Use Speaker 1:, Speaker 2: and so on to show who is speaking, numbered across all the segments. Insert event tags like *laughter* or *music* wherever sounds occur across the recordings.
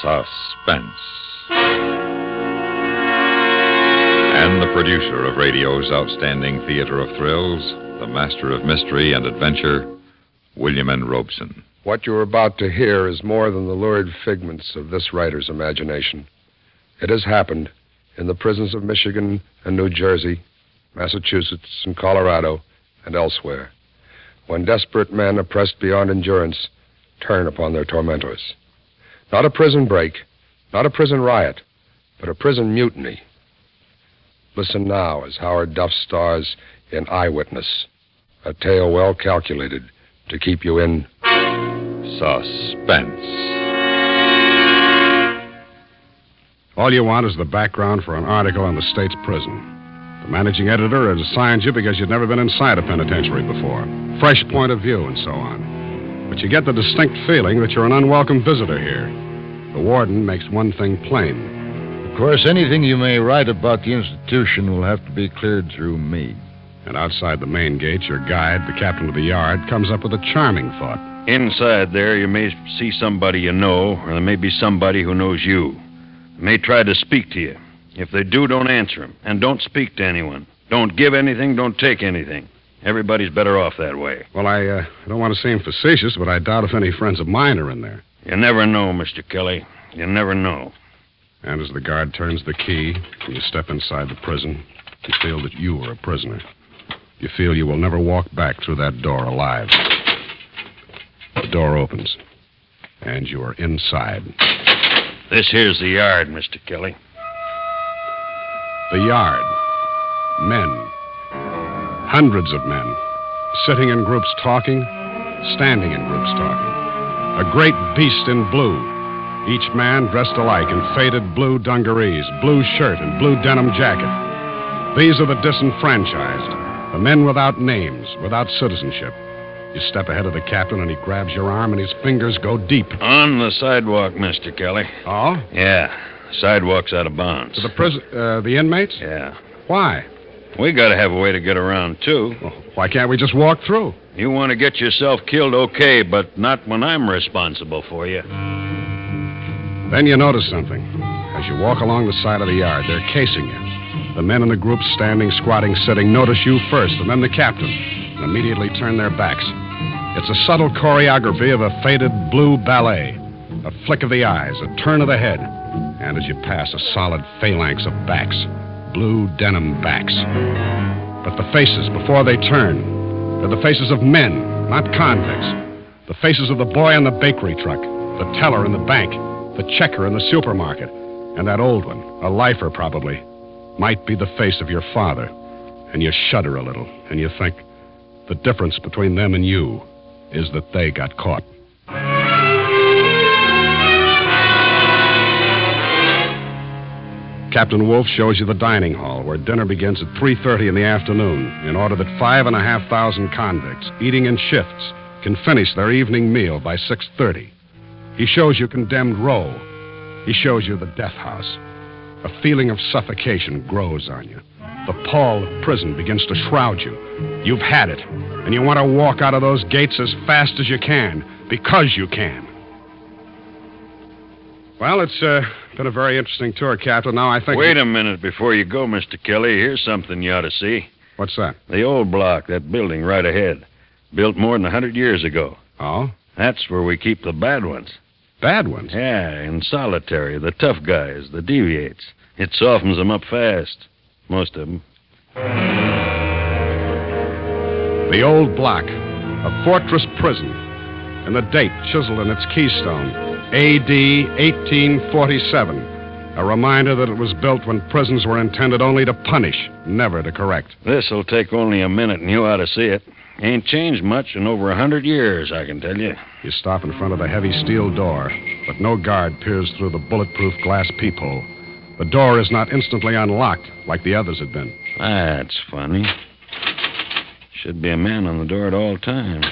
Speaker 1: Suspense. And the producer of radio's outstanding theater of thrills, the master of mystery and adventure, William N. Robeson.
Speaker 2: What you're about to hear is more than the lurid figments of this writer's imagination. It has happened in the prisons of Michigan and New Jersey, Massachusetts and Colorado, and elsewhere, when desperate men oppressed beyond endurance turn upon their tormentors. Not a prison break, not a prison riot, but a prison mutiny. Listen now as Howard Duff stars in Eyewitness, a tale well calculated to keep you in
Speaker 1: Suspense.
Speaker 3: All you want is the background for an article on the state's prison. The managing editor has assigned you because you've never been inside a penitentiary before. Fresh point of view and so on. But you get the distinct feeling that you're an unwelcome visitor here. The warden makes one thing plain.
Speaker 4: Of course, anything you may write about the institution will have to be cleared through me.
Speaker 3: And outside the main gate, your guide, the captain of the yard, comes up with a charming thought.
Speaker 5: Inside there, you may see somebody you know, or there may be somebody who knows you. They may try to speak to you. If they do, don't answer 'em, And don't speak to anyone. Don't give anything, don't take anything. Everybody's better off that way.
Speaker 3: Well, I, uh, I don't want to seem facetious, but I doubt if any friends of mine are in there.
Speaker 5: You never know, Mr. Kelly. You never know.
Speaker 3: And as the guard turns the key and you step inside the prison, you feel that you are a prisoner. You feel you will never walk back through that door alive. The door opens, and you are inside.
Speaker 5: This here's the yard, Mr. Kelly.
Speaker 3: The yard. Men. Hundreds of men. Sitting in groups talking, standing in groups talking. A great beast in blue. Each man dressed alike in faded blue dungarees, blue shirt, and blue denim jacket. These are the disenfranchised, the men without names, without citizenship. You step ahead of the captain, and he grabs your arm, and his fingers go deep.
Speaker 5: On the sidewalk, Mr. Kelly.
Speaker 3: Oh?
Speaker 5: Yeah. Sidewalk's out of bounds.
Speaker 3: The prison, uh, the inmates?
Speaker 5: Yeah.
Speaker 3: Why?
Speaker 5: We gotta have a way to get around, too.
Speaker 3: Well, why can't we just walk through?
Speaker 5: You want to get yourself killed, okay, but not when I'm responsible for you.
Speaker 3: Then you notice something. As you walk along the side of the yard, they're casing you. The men in the group standing, squatting, sitting notice you first, and then the captain, and immediately turn their backs. It's a subtle choreography of a faded blue ballet. A flick of the eyes, a turn of the head, and as you pass, a solid phalanx of backs. Blue denim backs. But the faces, before they turn, they're the faces of men, not convicts. The faces of the boy in the bakery truck, the teller in the bank, the checker in the supermarket, and that old one, a lifer probably, might be the face of your father. And you shudder a little, and you think the difference between them and you is that they got caught. Captain Wolf shows you the dining hall where dinner begins at 3.30 in the afternoon in order that 5,500 convicts, eating in shifts, can finish their evening meal by 6.30. He shows you condemned row. He shows you the death house. A feeling of suffocation grows on you. The pall of prison begins to shroud you. You've had it, and you want to walk out of those gates as fast as you can, because you can. Well, it's uh, been a very interesting tour, Captain. Now I think.
Speaker 5: Wait a minute before you go, Mr. Kelly. Here's something you ought to see.
Speaker 3: What's that?
Speaker 5: The old block, that building right ahead. Built more than a hundred years ago.
Speaker 3: Oh?
Speaker 5: That's where we keep the bad ones.
Speaker 3: Bad ones.
Speaker 5: Yeah, in solitary, the tough guys, the deviates. It softens 'em up fast. Most of 'em.
Speaker 3: The old block, a fortress prison, and the date chiseled in its keystone, A.D. 1847, a reminder that it was built when prisons were intended only to punish, never to correct.
Speaker 5: This'll take only a minute, and you ought to see it. Ain't changed much in over a hundred years, I can tell you.
Speaker 3: You stop in front of the heavy steel door, but no guard peers through the bulletproof glass peephole. The door is not instantly unlocked like the others had been.
Speaker 5: That's funny. Should be a man on the door at all times.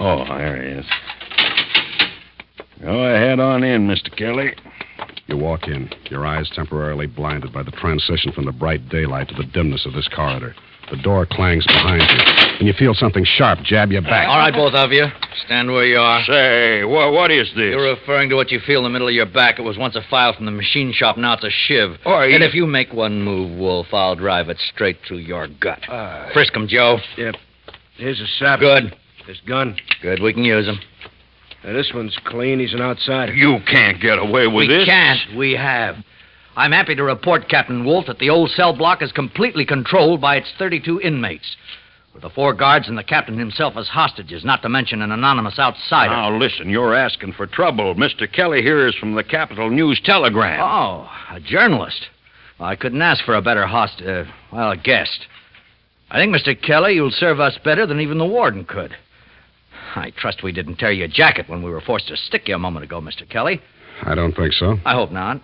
Speaker 5: Oh, there he is. Go ahead on in, Mr. Kelly.
Speaker 3: You walk in, your eyes temporarily blinded by the transition from the bright daylight to the dimness of this corridor. The door clangs behind you, and you feel something sharp jab your back.
Speaker 6: All right, both of you. Stand where you are.
Speaker 5: Say, wha what is this?
Speaker 6: You're referring to what you feel in the middle of your back. It was once a file from the machine shop, now it's a shiv.
Speaker 5: Oh, you-
Speaker 6: And if you make one move, Wolf, I'll drive it straight through your gut. Frisk 'em, Joe.
Speaker 7: Here's a sap.
Speaker 6: Good.
Speaker 7: This gun.
Speaker 6: Good, we can use him.
Speaker 7: Now, this one's clean. He's an outsider.
Speaker 5: You can't get away with
Speaker 6: we
Speaker 5: this.
Speaker 6: can't. We have. I'm happy to report, Captain Wolf, that the old cell block is completely controlled by its 32 inmates, with the four guards and the captain himself as hostages, not to mention an anonymous outsider.
Speaker 5: Now, listen, you're asking for trouble. Mr. Kelly here is from the Capital News Telegram.
Speaker 6: Oh, a journalist. Well, I couldn't ask for a better host, uh, well, a guest. I think, Mr. Kelly, you'll serve us better than even the warden could. I trust we didn't tear your jacket when we were forced to stick you a moment ago, Mr. Kelly.
Speaker 3: I don't think so.
Speaker 6: I hope not.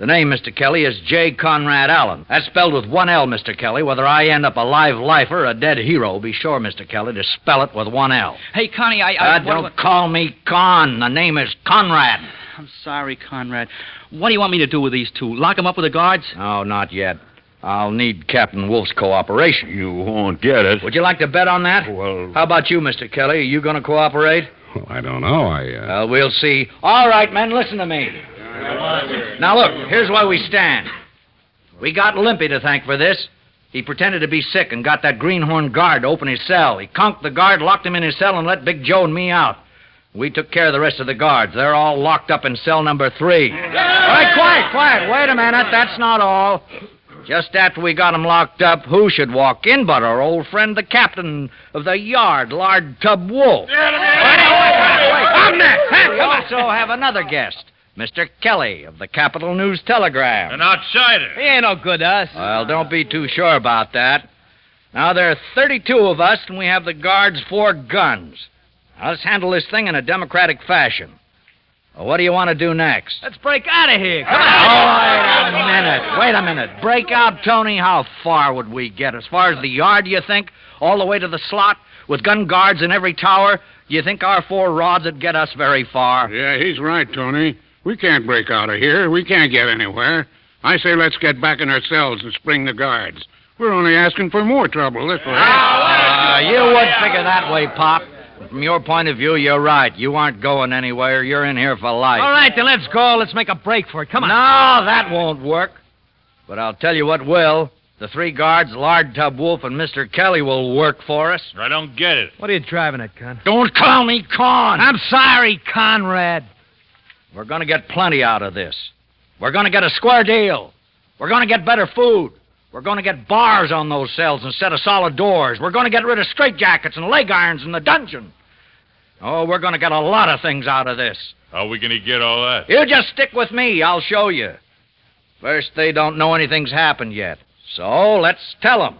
Speaker 6: The name, Mr. Kelly, is J. Conrad Allen. That's spelled with one L, Mr. Kelly. Whether I end up a live lifer or a dead hero, be sure, Mr. Kelly, to spell it with one L.
Speaker 8: Hey, Connie, I. I
Speaker 6: Uh,
Speaker 8: what do
Speaker 6: don't call me Con. The name is Conrad.
Speaker 8: I- I'm sorry, Conrad. What do you want me to do with these two? Lock them up with the guards?
Speaker 6: No, Oh, not yet. I'll need Captain Wolf's cooperation.
Speaker 5: You won't get it.
Speaker 6: Would you like to bet on that?
Speaker 5: Well-
Speaker 6: How about you, Mr. Kelly? Are you going to cooperate?
Speaker 3: Well, I don't know. I. Uh...
Speaker 6: Well, we'll see. All right, men, listen to me. Now, look, here's why we stand. We got Limpy to thank for this. He pretended to be sick and got that greenhorn guard to open his cell. He conked the guard, locked him in his cell, and let Big Joe and me out. We took care of the rest of the guards. They're all locked up in cell number three. All right, quiet, quiet. Wait a minute. That's not all. Just after we got 'em locked up, who should walk in but our old friend, the captain of the yard, Lard Tub Wolf? I'm next. Huh? We also have another guest, Mr. Kelly of the Capital News Telegram.
Speaker 8: He ain't no good to us.
Speaker 6: Well, don't be too sure about that. Now, there are 32 of us, and we have the guards four guns. Now, let's handle this thing in a democratic fashion. Well, what do you want to do next?
Speaker 8: Let's break out of here. Come
Speaker 6: Oh,
Speaker 8: on.
Speaker 6: wait a minute. Wait a minute. Break out, Tony. How far would we get? As far as the yard, you think? All the way to the slot? With gun guards in every tower? You think our four rods would get us very far?
Speaker 9: Yeah, he's right, Tony. We can't break out of here. We can't get anywhere. I say let's get back in our cells and spring the guards. We're only asking for more trouble this way.
Speaker 8: Ah,
Speaker 6: Uh, you would figure that way, Pop. From your point of view, you're right. You aren't going anywhere. You're in here for life.
Speaker 8: All right, then let's go. Let's make a break for it. Come on.
Speaker 6: No, that won't work. But I'll tell you what will. The three guards, Lard Tub Wolf, and Mr. Kelly will work for us.
Speaker 5: I don't get it.
Speaker 8: What are you driving at, Con?
Speaker 6: Don't call me con.
Speaker 8: I'm sorry, Conrad.
Speaker 6: We're going to get plenty out of this. We're going to get a square deal. We're going to get better food. We're going to get bars on those cells instead of solid doors. We're going to get rid of straitjackets and leg irons in the dungeon. Oh, we're going to get a lot of things out of this.
Speaker 1: How are we going to get all that?
Speaker 6: You just stick with me. I'll show you. First, they don't know anything's happened yet. So let's tell them.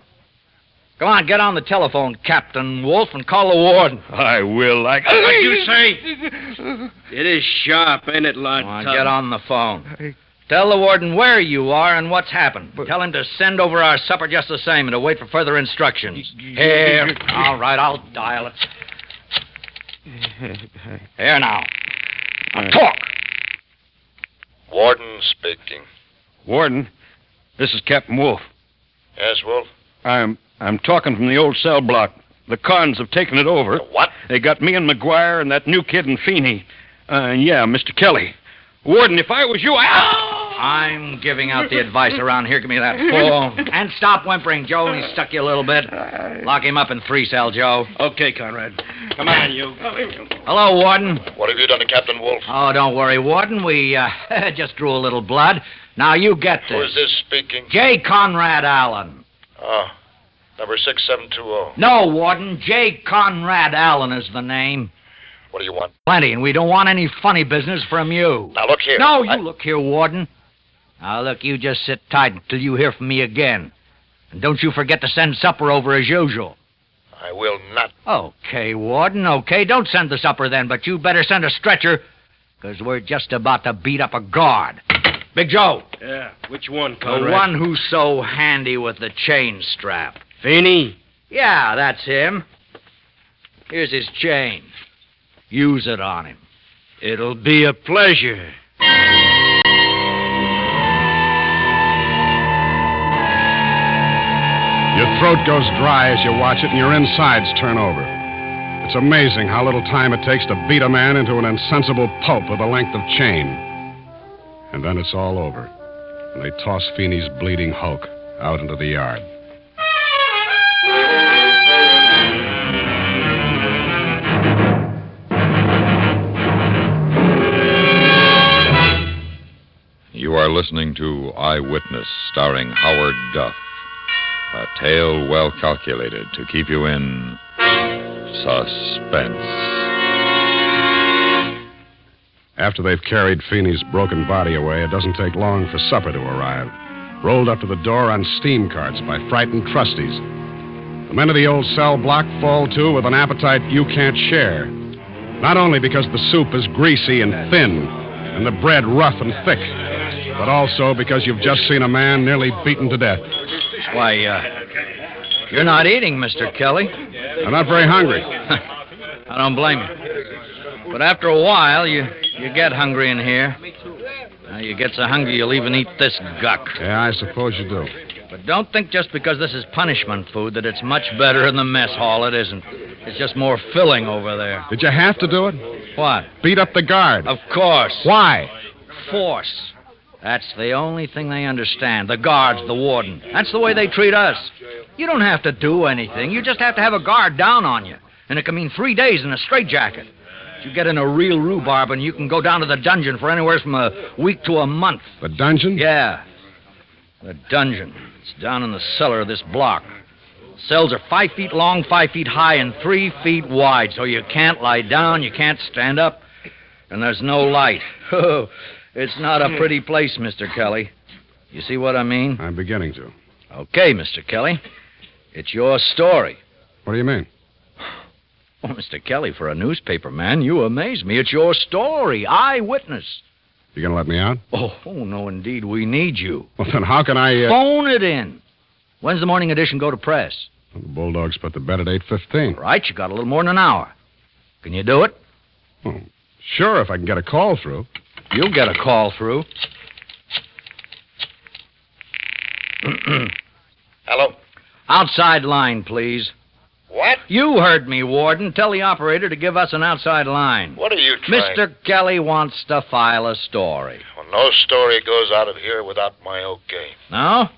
Speaker 6: Come on, get on the telephone, Captain Wolf, and call the warden.
Speaker 5: I will, like.
Speaker 7: What'd you say? it is sharp, ain't it, Lard?
Speaker 6: Come on, get on the phone. Tell the warden where you are and what's happened. Tell him to send over our supper just the same and to wait for further instructions. Here. All right, I'll dial it.
Speaker 7: *laughs*
Speaker 6: Here now. Now talk.
Speaker 10: Warden speaking.
Speaker 5: Warden, this is Captain Wolf.
Speaker 10: Yes, Wolf?
Speaker 5: I'm I'm talking from the old cell block. The cons have taken it over.
Speaker 10: What?
Speaker 5: They got me and McGuire and that new kid and Feeney. Uh, yeah, Mr. Kelly. Warden, if I was you, I.
Speaker 10: Ah!
Speaker 6: I'm giving out the advice around here. Give me that phone. And stop whimpering, Joe. He stuck you a little bit. Lock him up in three cell, Joe.
Speaker 7: Okay, Conrad.
Speaker 6: Come on, you. Hello, Warden.
Speaker 10: What have you done to Captain Wolf?
Speaker 6: Oh, don't worry, Warden. We uh, *laughs* just drew a little blood. Now you get
Speaker 10: Who is
Speaker 6: this.
Speaker 10: this speaking?
Speaker 6: J. Conrad Allen.
Speaker 10: Ah, number 6720.
Speaker 6: No, Warden. J. Conrad Allen is the name.
Speaker 10: What do you want?
Speaker 6: Plenty, and we don't want any funny business from you.
Speaker 10: Now, look here.
Speaker 6: No, you
Speaker 10: I-
Speaker 6: look here, Warden. Now, look, you just sit tight until you hear from me again. And don't you forget to send supper over as usual.
Speaker 10: I will not.
Speaker 6: Okay, Warden, okay. Don't send the supper then, but you better send a stretcher, because we're just about to beat up a guard. Big Joe,
Speaker 7: Yeah. Which one,
Speaker 6: the
Speaker 7: Conrad?
Speaker 6: one who's so handy with the chain strap.
Speaker 7: Feeney.
Speaker 6: Yeah, that's him. Here's his chain. Use it on him.
Speaker 7: It'll be a pleasure.
Speaker 1: You
Speaker 3: throat goes dry as you watch it and your insides turn over. It's amazing how little time it takes to beat a man into an insensible pulp with a length of chain. And then it's all over. And they toss Feeney's bleeding hulk out into the yard.
Speaker 1: You are listening to Eyewitness, starring Howard Duff. A tale well calculated to keep you in suspense.
Speaker 3: After they've carried Feeney's broken body away, it doesn't take long for supper to arrive. Rolled up to the door on steam carts by frightened trustees. The men of the old cell block fall to with an appetite you can't share. Not only because the soup is greasy and thin, and the bread rough and thick, but also because you've just seen a man nearly beaten to death.
Speaker 6: Why, uh, you're not eating, Mr. Kelly. *laughs*
Speaker 3: I'm not very hungry.
Speaker 6: I don't blame you. But after a while, you, you get hungry in here. Now, you get so hungry you'll even eat this guck.
Speaker 3: Yeah, I suppose you do.
Speaker 6: But don't think just because this is punishment food that it's much better in the mess hall. It isn't. It's just more filling over there.
Speaker 3: Did you have to do it?
Speaker 6: What?
Speaker 3: Beat up the guard.
Speaker 6: Of course.
Speaker 3: Why?
Speaker 6: Force. That's the only thing they understand. The guards, the warden. That's the way they treat us. You don't have to do anything. You just have to have a guard down on you. And it can mean three days in a straitjacket. You get in a real rhubarb and you can go down to the dungeon for anywhere from a week to a month.
Speaker 3: The dungeon?
Speaker 6: Yeah. The dungeon. It's down in the cellar of this block. Cells are five feet long, five feet high, and three feet wide, so you can't lie down, you can't stand up, and there's no light. *laughs* Oh, it's not a pretty place, Mr. Kelly. You see what I mean?
Speaker 3: I'm beginning to.
Speaker 6: Okay, Mr. Kelly. It's your story. *sighs*
Speaker 3: What do you mean?
Speaker 6: Well, Mr. Kelly, for a newspaper man, you amaze me. It's your story, eyewitness.
Speaker 3: You gonna let me out?
Speaker 6: Oh, oh no, indeed, we need you.
Speaker 3: Well, then how can I? Uh...
Speaker 6: Phone it in. When's the morning edition go to press?
Speaker 3: The Bulldogs put the bed at eight fifteen.
Speaker 6: All right, you got a little more than an hour. Can you do it?
Speaker 3: Sure, if I can get a call through.
Speaker 6: You'll get a call *clears throat* through.
Speaker 10: Hello?
Speaker 6: Outside line, please.
Speaker 10: What?
Speaker 6: You heard me, Warden. Tell the operator to give us an outside line.
Speaker 10: What are you trying?
Speaker 6: Mr. Kelly wants to file a story.
Speaker 10: Well, no story goes out of here without my okay.
Speaker 6: No?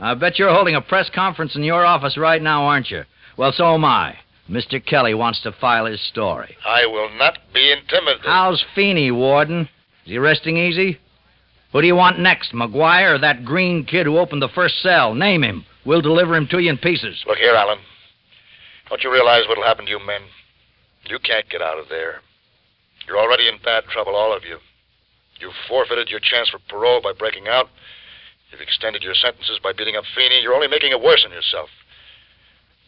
Speaker 6: I bet you're holding a press conference in your office right now, aren't you? Well, so am I. Mr. Kelly wants to file his story.
Speaker 10: I will not be intimidated.
Speaker 6: How's Feeney, Warden? Is he resting easy? Who do you want next, McGuire or that green kid who opened the first cell? Name him. We'll deliver him to you in pieces.
Speaker 10: Look here, Alan. Don't you realize what'll happen to you men? You can't get out of there. You're already in bad trouble, all of you. You've forfeited your chance for parole by breaking out. You've extended your sentences by beating up Feeney. You're only making it worse on yourself.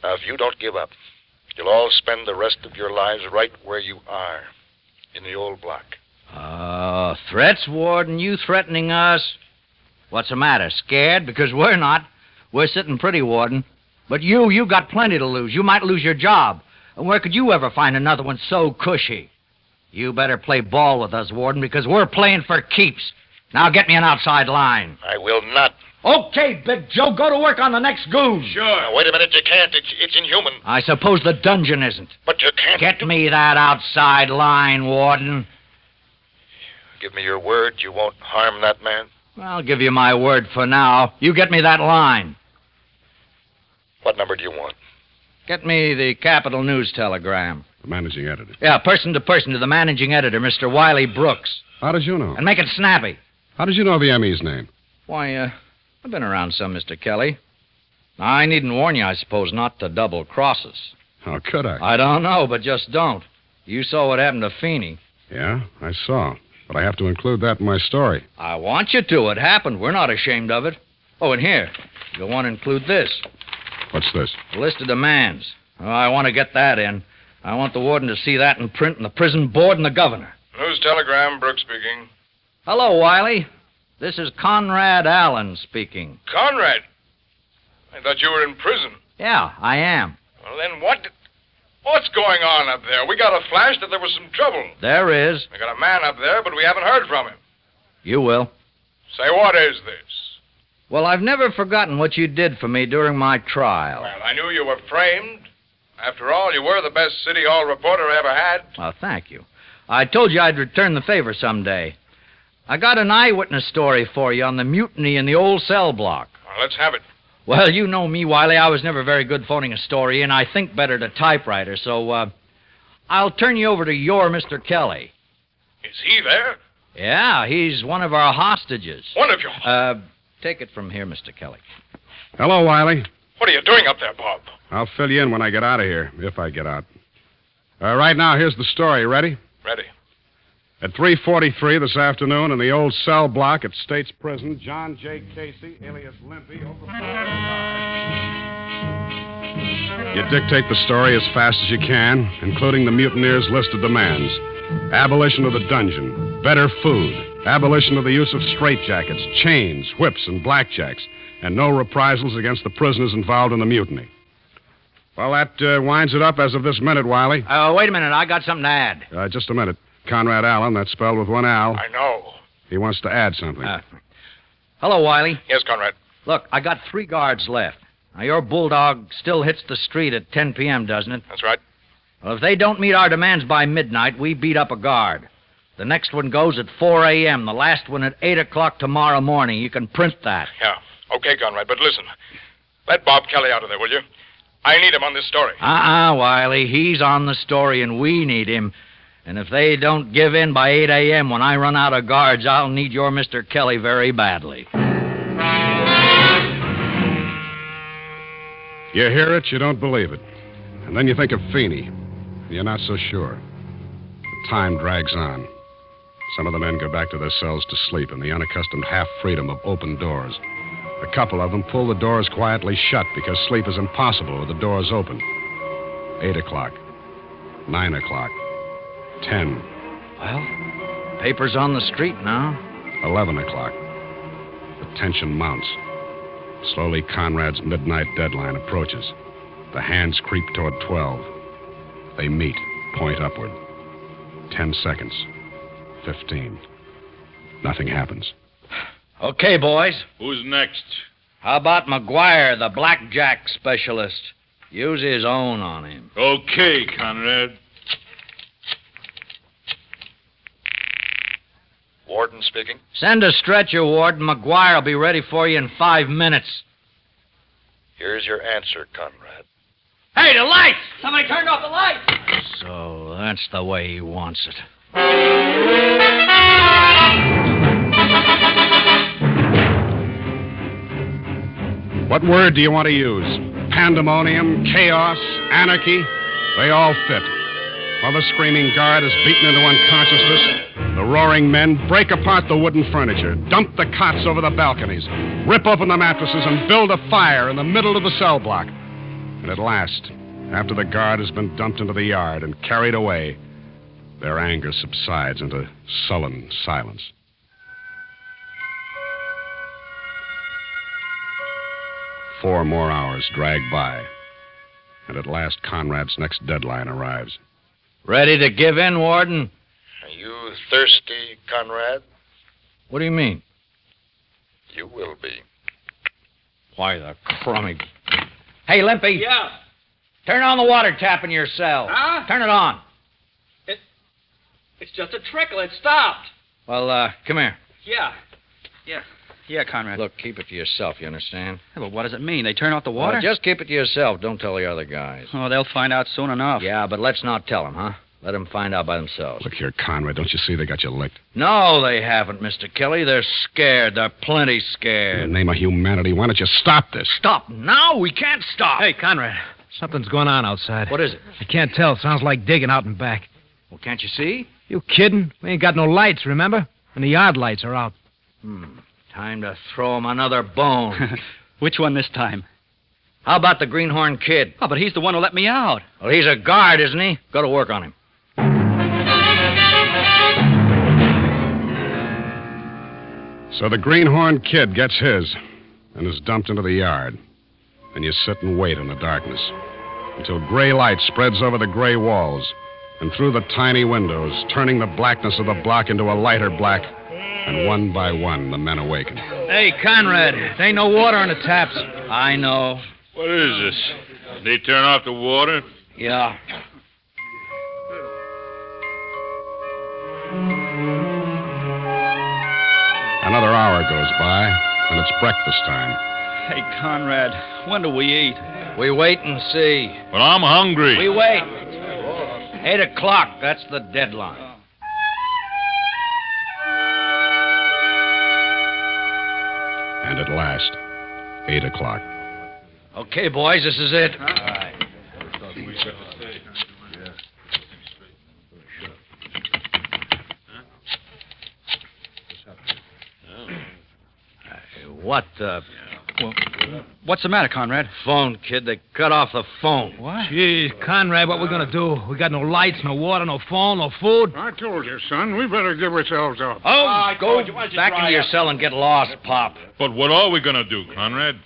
Speaker 10: Now, if you don't give up, you'll all spend the rest of your lives right where you are, in the old block.
Speaker 6: Uh, threats, Warden? You threatening us? What's the matter? Scared? Because we're not. We're sitting pretty, Warden. But you, you got plenty to lose. You might lose your job. And where could you ever find another one so cushy? You better play ball with us, Warden, because we're playing for keeps. Now get me an outside line.
Speaker 10: I will not.
Speaker 6: Okay, Big Joe, go to work on the next goon.
Speaker 10: Sure. Now, wait a minute. You can't. It's, it's inhuman.
Speaker 6: I suppose the dungeon isn't.
Speaker 10: But you can't.
Speaker 6: Get me that outside line, Warden.
Speaker 10: Give me your word you won't harm that man.
Speaker 6: I'll give you my word for now. You get me that line.
Speaker 10: What number do you want?
Speaker 6: Get me the Capital News telegram.
Speaker 3: The managing editor.
Speaker 6: Yeah, person to person to the managing editor, Mr. Wiley Brooks.
Speaker 3: How did you know?
Speaker 6: And make it snappy.
Speaker 3: How did you know the ME's name?
Speaker 6: Why, uh, I've been around some, Mr. Kelly. Now, I needn't warn you, I suppose, not to double cross us.
Speaker 3: How could I?
Speaker 6: I don't know, but just don't. You saw what happened to Feeney.
Speaker 3: Yeah, I saw. But I have to include that in my story.
Speaker 6: I want you to. It happened. We're not ashamed of it. Oh, and here, you'll want to include this
Speaker 3: What's this?
Speaker 6: list of demands. Oh, I want to get that in. I want the warden to see that in print, and the prison board, and the governor.
Speaker 10: News telegram, Brooks speaking.
Speaker 6: Hello, Wiley. This is Conrad Allen speaking.
Speaker 10: Conrad, I thought you were in prison.
Speaker 6: Yeah, I am.
Speaker 10: Well, then what? did- What's going on up there? We got a flash that there was some trouble.
Speaker 6: There is.
Speaker 10: We got a man up there, but we haven't heard from him.
Speaker 6: You will.
Speaker 10: Say, what is this?
Speaker 6: Well, I've never forgotten what you did for me during my trial.
Speaker 11: Well, I knew you were framed. After all, you were the best City Hall reporter I ever had.
Speaker 6: Well, thank you. I told you I'd return the favor someday. I got an eyewitness story for you on the mutiny in the old cell block.
Speaker 11: Well, let's have it.
Speaker 6: Well, you know me, Wiley. I was never very good phoning a story, and I think better to typewriter, so uh, I'll turn you over to your Mr. Kelly.
Speaker 11: Is he there?
Speaker 6: Yeah, he's one of our hostages.
Speaker 11: One of your.
Speaker 6: Uh, take it from here, Mr. Kelly.
Speaker 3: Hello, Wiley.
Speaker 11: What are you doing up there, Bob?
Speaker 3: I'll fill you in when I get out of here, if I get out. Uh, right now, here's the story. Ready?
Speaker 11: Ready.
Speaker 3: At 3.43 this afternoon in the old cell block at State's Prison, John J. Casey, alias Limpy, You dictate the story as fast as you can, including the mutineers' list of demands abolition of the dungeon, better food, abolition of the use of straitjackets, chains, whips, and blackjacks, and no reprisals against the prisoners involved in the mutiny. Well, that uh, winds it up as of this minute, Wiley.
Speaker 6: Uh, wait a minute. I got something to add.
Speaker 3: Uh, just a minute. Conrad Allen, that's spelled with one Al.
Speaker 11: I know.
Speaker 3: He wants to add something.
Speaker 6: Ah. Hello, Wiley.
Speaker 11: Yes, Conrad.
Speaker 6: Look, I got three guards left. Now, your bulldog still hits the street at 10 p.m., doesn't it?
Speaker 11: That's right.
Speaker 6: Well, if they don't meet our demands by midnight, we beat up a guard. The next one goes at 4 a.m., the last one at 8 o'clock tomorrow morning. You can print that.
Speaker 11: Yeah. Okay, Conrad, but listen. Let Bob Kelly out of there, will you? I need him on this story.
Speaker 6: Uh uh Wiley. He's on the story, and we need him. And if they don't give in by 8 a.m. when I run out of guards, I'll need your Mr. Kelly very badly.
Speaker 3: You hear it, you don't believe it. And then you think of Feeney. and You're not so sure. The time drags on. Some of the men go back to their cells to sleep in the unaccustomed half freedom of open doors. A couple of them pull the doors quietly shut because sleep is impossible with the doors open. Eight o'clock. Nine o'clock. Ten.
Speaker 6: Well, paper's on the street now.
Speaker 3: Eleven o'clock. The tension mounts. Slowly, Conrad's midnight deadline approaches. The hands creep toward 12. They meet, point upward. 10 seconds. 15. Nothing happens.
Speaker 6: Okay, boys.
Speaker 7: Who's next?
Speaker 6: How about McGuire, the blackjack specialist? Use his own on him.
Speaker 7: Okay, Conrad.
Speaker 10: Warden speaking.
Speaker 6: Send a stretcher, Warden. McGuire will be ready for you in five minutes.
Speaker 10: Here's your answer, Conrad.
Speaker 6: Hey, the lights! Somebody turned off the lights! So that's the way he wants it.
Speaker 3: What word do you want to use? Pandemonium, chaos, anarchy? They all fit. While the screaming guard is beaten into unconsciousness, the roaring men break apart the wooden furniture, dump the cots over the balconies, rip open the mattresses, and build a fire in the middle of the cell block. And at last, after the guard has been dumped into the yard and carried away, their anger subsides into sullen silence. Four more hours drag by, and at last Conrad's next deadline arrives.
Speaker 6: Ready to give in, Warden?
Speaker 10: Are you thirsty, Conrad?
Speaker 6: What do you mean?
Speaker 10: You will be.
Speaker 6: Why, the crummy. Hey, Limpy. Yeah. Turn on the water tap in your cell.
Speaker 7: Huh?
Speaker 6: Turn it on.
Speaker 7: It's just a trickle. It stopped.
Speaker 6: Well, uh, come here.
Speaker 7: Yeah.
Speaker 8: Yeah, Conrad.
Speaker 6: Look, keep it to yourself, you understand?
Speaker 8: Yeah, but what does it mean? They turn off the water?
Speaker 6: Well, just keep it to yourself. Don't tell the other guys.
Speaker 8: Oh, they'll find out soon enough.
Speaker 6: Yeah, but let's not tell them, huh? Let them find out by themselves.
Speaker 3: Look here, Conrad, don't you see they got you licked?
Speaker 6: No, they haven't, Mr. Kelly. They're scared. They're plenty
Speaker 3: In the
Speaker 6: scared.
Speaker 3: name of humanity, why don't you stop this?
Speaker 6: Stop now. We can't stop.
Speaker 12: Hey, Conrad. Something's going on outside.
Speaker 6: What is it?
Speaker 12: I can't tell. Sounds like digging out and back.
Speaker 6: Well, can't you see?
Speaker 12: You kidding? We ain't got no lights, remember? And the yard lights are out.
Speaker 6: Hmm. Time to throw him
Speaker 12: *laughs*
Speaker 6: another bone.
Speaker 8: Which one this time?
Speaker 6: How about the greenhorn kid?
Speaker 8: Oh, but he's the one who let me out.
Speaker 6: Well, he's a guard, isn't he? Go to work on him.
Speaker 3: So the greenhorn kid gets his and is dumped into the yard. And you sit and wait in the darkness until gray light spreads over the gray walls and through the tiny windows, turning the blackness of the block into a lighter black. And one by one, the men awakened.
Speaker 6: Hey, Conrad, there ain't no water in the taps. I know.
Speaker 13: What is this? Did they turn off the water?
Speaker 6: Yeah.
Speaker 3: Another hour goes by, and it's breakfast time.
Speaker 8: Hey, Conrad, when do we eat?
Speaker 6: We wait and see.
Speaker 13: But I'm hungry.
Speaker 6: We wait. Eight o'clock, that's the deadline.
Speaker 3: And at last, eight o'clock.
Speaker 6: Okay, boys, this is it. What the?
Speaker 8: What's the matter, Conrad?
Speaker 6: Phone, kid. They cut off the phone.
Speaker 8: What?
Speaker 12: Jeez, Conrad, what we gonna do? We got no lights, no water, no phone, no food.
Speaker 9: I told you, son, we better give ourselves up.
Speaker 6: Oh, go back into your cell and get lost, Pop.
Speaker 13: But what are we going to do, Conrad?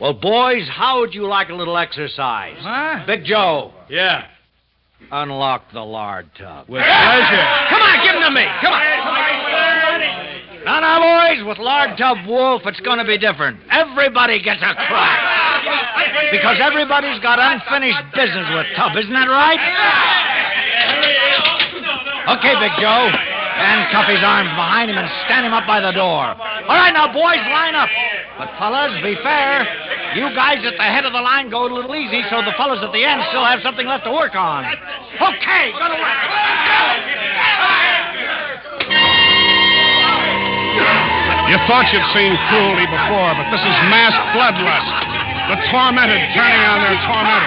Speaker 6: Well, boys, how would you like a little exercise?
Speaker 12: Huh?
Speaker 6: Big Joe,
Speaker 13: Yeah.
Speaker 6: unlock the lard tub.
Speaker 13: With pleasure.
Speaker 6: Come on, give 'em to me. Come on. Now, now, boys, with lard tub wolf, it's going to be different. Everybody gets a crack. Because everybody's got unfinished business with Tub, isn't that right? Okay, Big Joe. Handcuff his arms behind him and stand him up by the door. All right, now, boys, line up. But, fellas, be fair. You guys at the head of the line go a little easy so the fellas at the end still have something left to work on. Okay, go to
Speaker 3: You thought you'd seen cruelty before, but this is mass bloodlust. The tormented turning on their tormentor.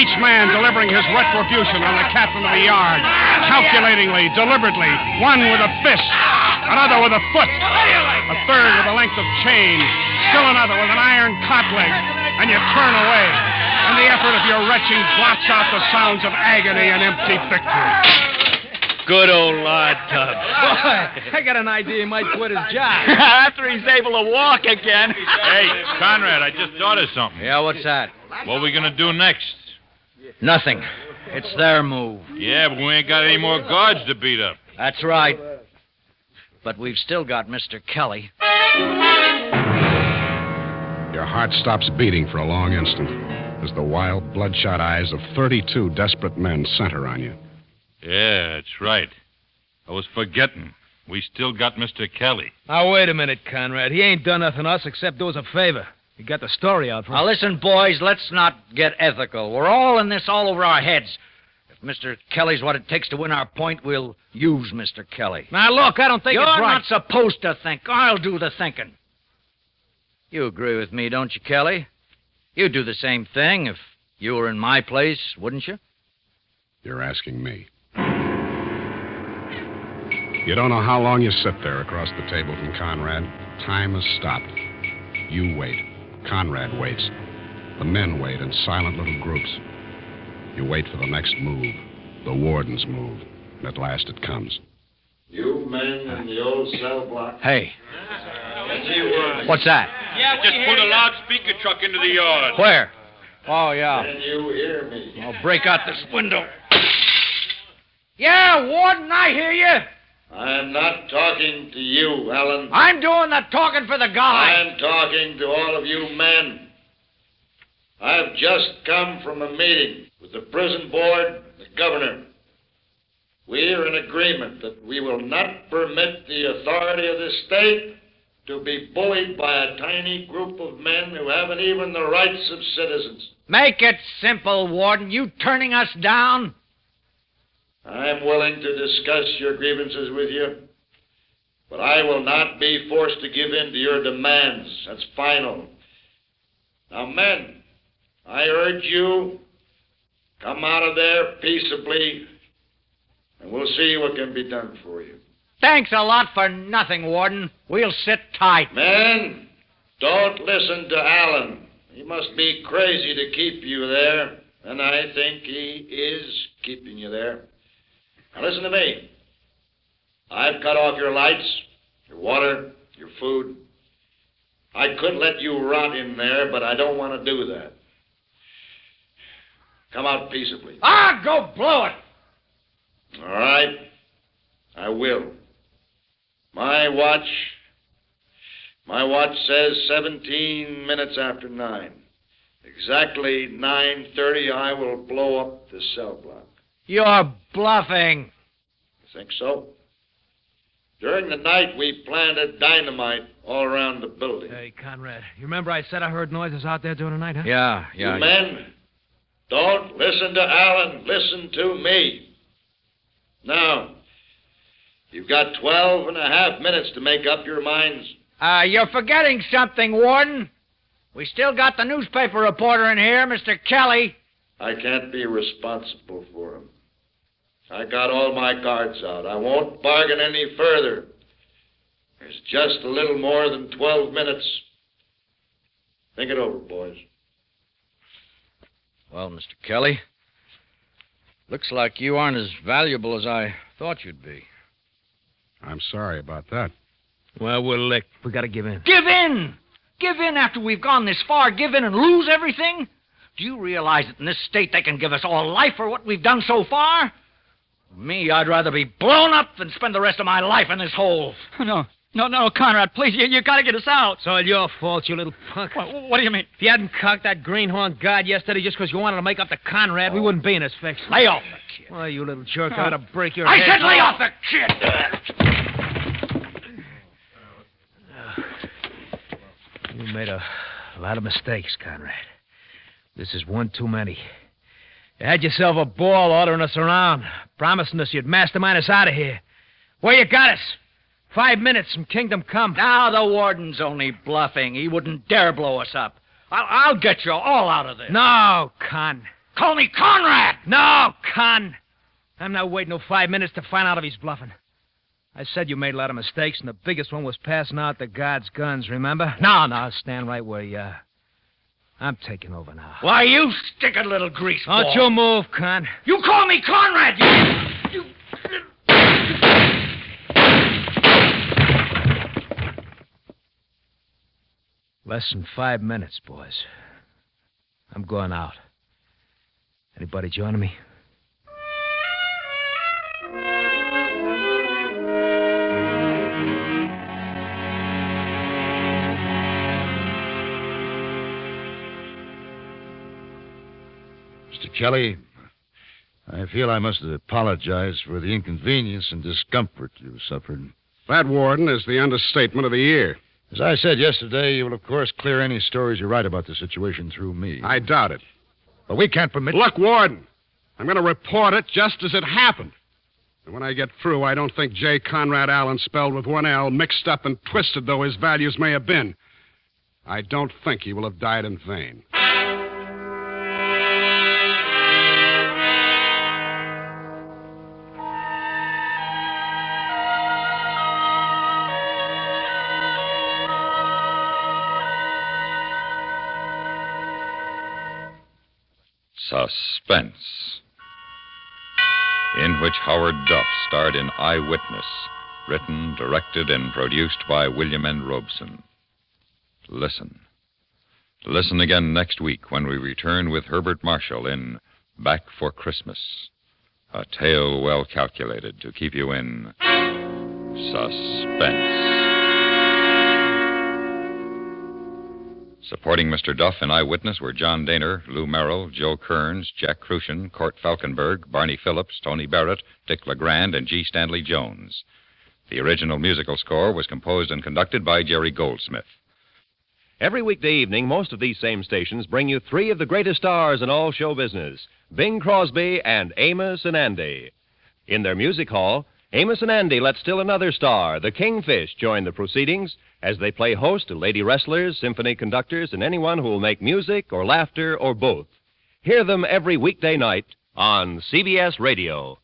Speaker 3: Each man delivering his retribution on the captain of the yard, calculatingly, deliberately, one with a fist, another with a foot, a third with a length of chain, still another with an iron cotleg, and you turn away. And the effort of your retching blots out the sounds of agony and empty victory.
Speaker 7: Good old Lard Tub.
Speaker 12: *laughs* I got an idea he might quit his job.
Speaker 7: *laughs* After he's able to walk again.
Speaker 13: Hey, Conrad, I just thought of something.
Speaker 6: Yeah, what's that?
Speaker 13: What are we going to do next?
Speaker 6: Nothing. It's their move.
Speaker 13: Yeah, but we ain't got any more guards to beat up.
Speaker 6: That's right. But we've still got Mr. Kelly.
Speaker 3: Your heart stops beating for a long instant as the wild, bloodshot eyes of 32 desperate men center on you.
Speaker 13: Yeah, that's right. I was forgetting. We still got Mr. Kelly.
Speaker 12: Now, wait a minute, Conrad. He ain't done nothing to us except do us a favor. He got the story out for
Speaker 6: Now, listen, boys, let's not get ethical. We're all in this all over our heads. If Mr. Kelly's what it takes to win our point, we'll use Mr. Kelly.
Speaker 12: Now, look, I don't think
Speaker 6: You're
Speaker 12: it's right.
Speaker 6: not supposed to think. I'll do the thinking. You agree with me, don't you, Kelly? You'd do the same thing if you were in my place, wouldn't you?
Speaker 3: You're asking me. You don't know how long you sit there across the table from Conrad. Time has stopped. You wait. Conrad waits. The men wait in silent little groups. You wait for the next move, the warden's move. And at last it comes.
Speaker 14: You men in the old cell block.
Speaker 6: Hey, what's that?
Speaker 13: Yeah, just pulled a loudspeaker truck into the yard.
Speaker 6: Where? Oh, yeah.
Speaker 14: Can you hear me?
Speaker 6: I'll break out this window. Yeah, Warden, I hear you.
Speaker 14: I'm not talking to you, Alan.
Speaker 6: I'm doing the talking for the guy.
Speaker 14: I'm talking to all of you men. I've just come from a meeting with the prison board, and the governor. We're in agreement that we will not permit the authority of this state to be bullied by a tiny group of men who haven't even the rights of citizens.
Speaker 6: Make it simple, Warden. You turning us down?
Speaker 14: I'm willing to discuss your grievances with you, but I will not be forced to give in to your demands. That's final. Now, men, I urge you, come out of there peaceably, and we'll see what can be done for you.
Speaker 6: Thanks a lot for nothing, Warden. We'll sit tight.
Speaker 14: Men, don't listen to Allen. He must be crazy to keep you there, and I think he is keeping you there. Now listen to me. I've cut off your lights, your water, your food. I could let you rot in there, but I don't want to do that. Come out peaceably.
Speaker 6: Ah, go blow it.
Speaker 14: All right. I will. My watch. My watch says 17 minutes after 9. Exactly 9:30 I will blow up the cell block.
Speaker 6: You're bluffing.
Speaker 14: Think so? During the night we planted dynamite all around the building.
Speaker 12: Hey, Conrad, you remember I said I heard noises out there during the night, huh?
Speaker 6: Yeah,
Speaker 14: you men, don't listen to Allen. Listen to me. Now, you've got twelve and a half minutes to make up your minds.
Speaker 6: Uh, you're forgetting something, Warden. We still got the newspaper reporter in here, Mr. Kelly.
Speaker 14: I can't be responsible for him. I got all my cards out. I won't bargain any further. There's just a little more than 12 minutes. Think it over, boys.
Speaker 6: Well, Mr. Kelly, looks like you aren't as valuable as I thought you'd be.
Speaker 3: I'm sorry about that.
Speaker 12: Well, we're licked. We gotta give in.
Speaker 6: Give in! Give in after we've gone this far, give in and lose everything? Do you realize that in this state they can give us all life for what we've done so far? Me, I'd rather be blown up than spend the rest of my life in this hole.
Speaker 8: No, no, no, Conrad, please, you, you gotta get us out.
Speaker 12: It's all your fault, you little punk.
Speaker 8: What, what do you mean?
Speaker 12: If you hadn't cocked that greenhorn guard yesterday just because you wanted to make up to Conrad, we wouldn't be in this fix.
Speaker 6: Lay off
Speaker 12: the kid. Well, you little jerk, I ought to break your
Speaker 6: I
Speaker 12: head.
Speaker 6: said lay off the kid!
Speaker 12: *sighs* You made a lot of mistakes, Conrad. This is one too many. You had yourself a ball ordering us around, promising us you'd mastermind us out of here. Where you got us? Five minutes from Kingdom Come.
Speaker 6: Now the warden's only bluffing. He wouldn't dare blow us up. I'll, I'll get you all out of this.
Speaker 12: No, Con.
Speaker 6: Call me Conrad!
Speaker 12: No, Con. I'm not waiting no five minutes to find out if he's bluffing. I said you made a lot of mistakes, and the biggest one was passing out the guards' guns, remember? No, no, stand right where you are. I'm taking over now.
Speaker 6: Why, you stick-it little grease
Speaker 12: Don't
Speaker 6: ball.
Speaker 12: you move, Con.
Speaker 6: You call me Conrad, you... you...
Speaker 12: Less than five minutes, boys. I'm going out. Anybody joining me?
Speaker 4: Mr. Kelly, I feel I must apologize for the inconvenience and discomfort you suffered.
Speaker 3: That, Warden, is the understatement of the year.
Speaker 4: As I said yesterday, you will, of course, clear any stories you write about the situation through me.
Speaker 3: I doubt it.
Speaker 4: But we can't permit.
Speaker 3: Look, Warden, I'm going to report it just as it happened. And when I get through, I don't think J. Conrad Allen, spelled with one L, mixed up and twisted though his values may have been, I don't think he will have died in vain.
Speaker 1: Suspense, in which Howard Duff starred in Eyewitness, written, directed, and produced by William N. Robeson. Listen. Listen again next week when we return with Herbert Marshall in Back for Christmas, a tale well calculated to keep you in suspense. Supporting Mr. Duff and Eyewitness were John Daner, Lou Merrill, Joe Kearns, Jack Crucian, Court Falkenberg, Barney Phillips, Tony Barrett, Dick LeGrand, and G. Stanley Jones. The original musical score was composed and conducted by Jerry Goldsmith.
Speaker 15: Every weekday evening, most of these same stations bring you three of the greatest stars in all show business Bing Crosby and Amos and Andy. In their music hall, Amos and Andy let still another star, the Kingfish, join the proceedings as they play host to lady wrestlers, symphony conductors, and anyone who will make music or laughter or both. Hear them every weekday night on CBS Radio.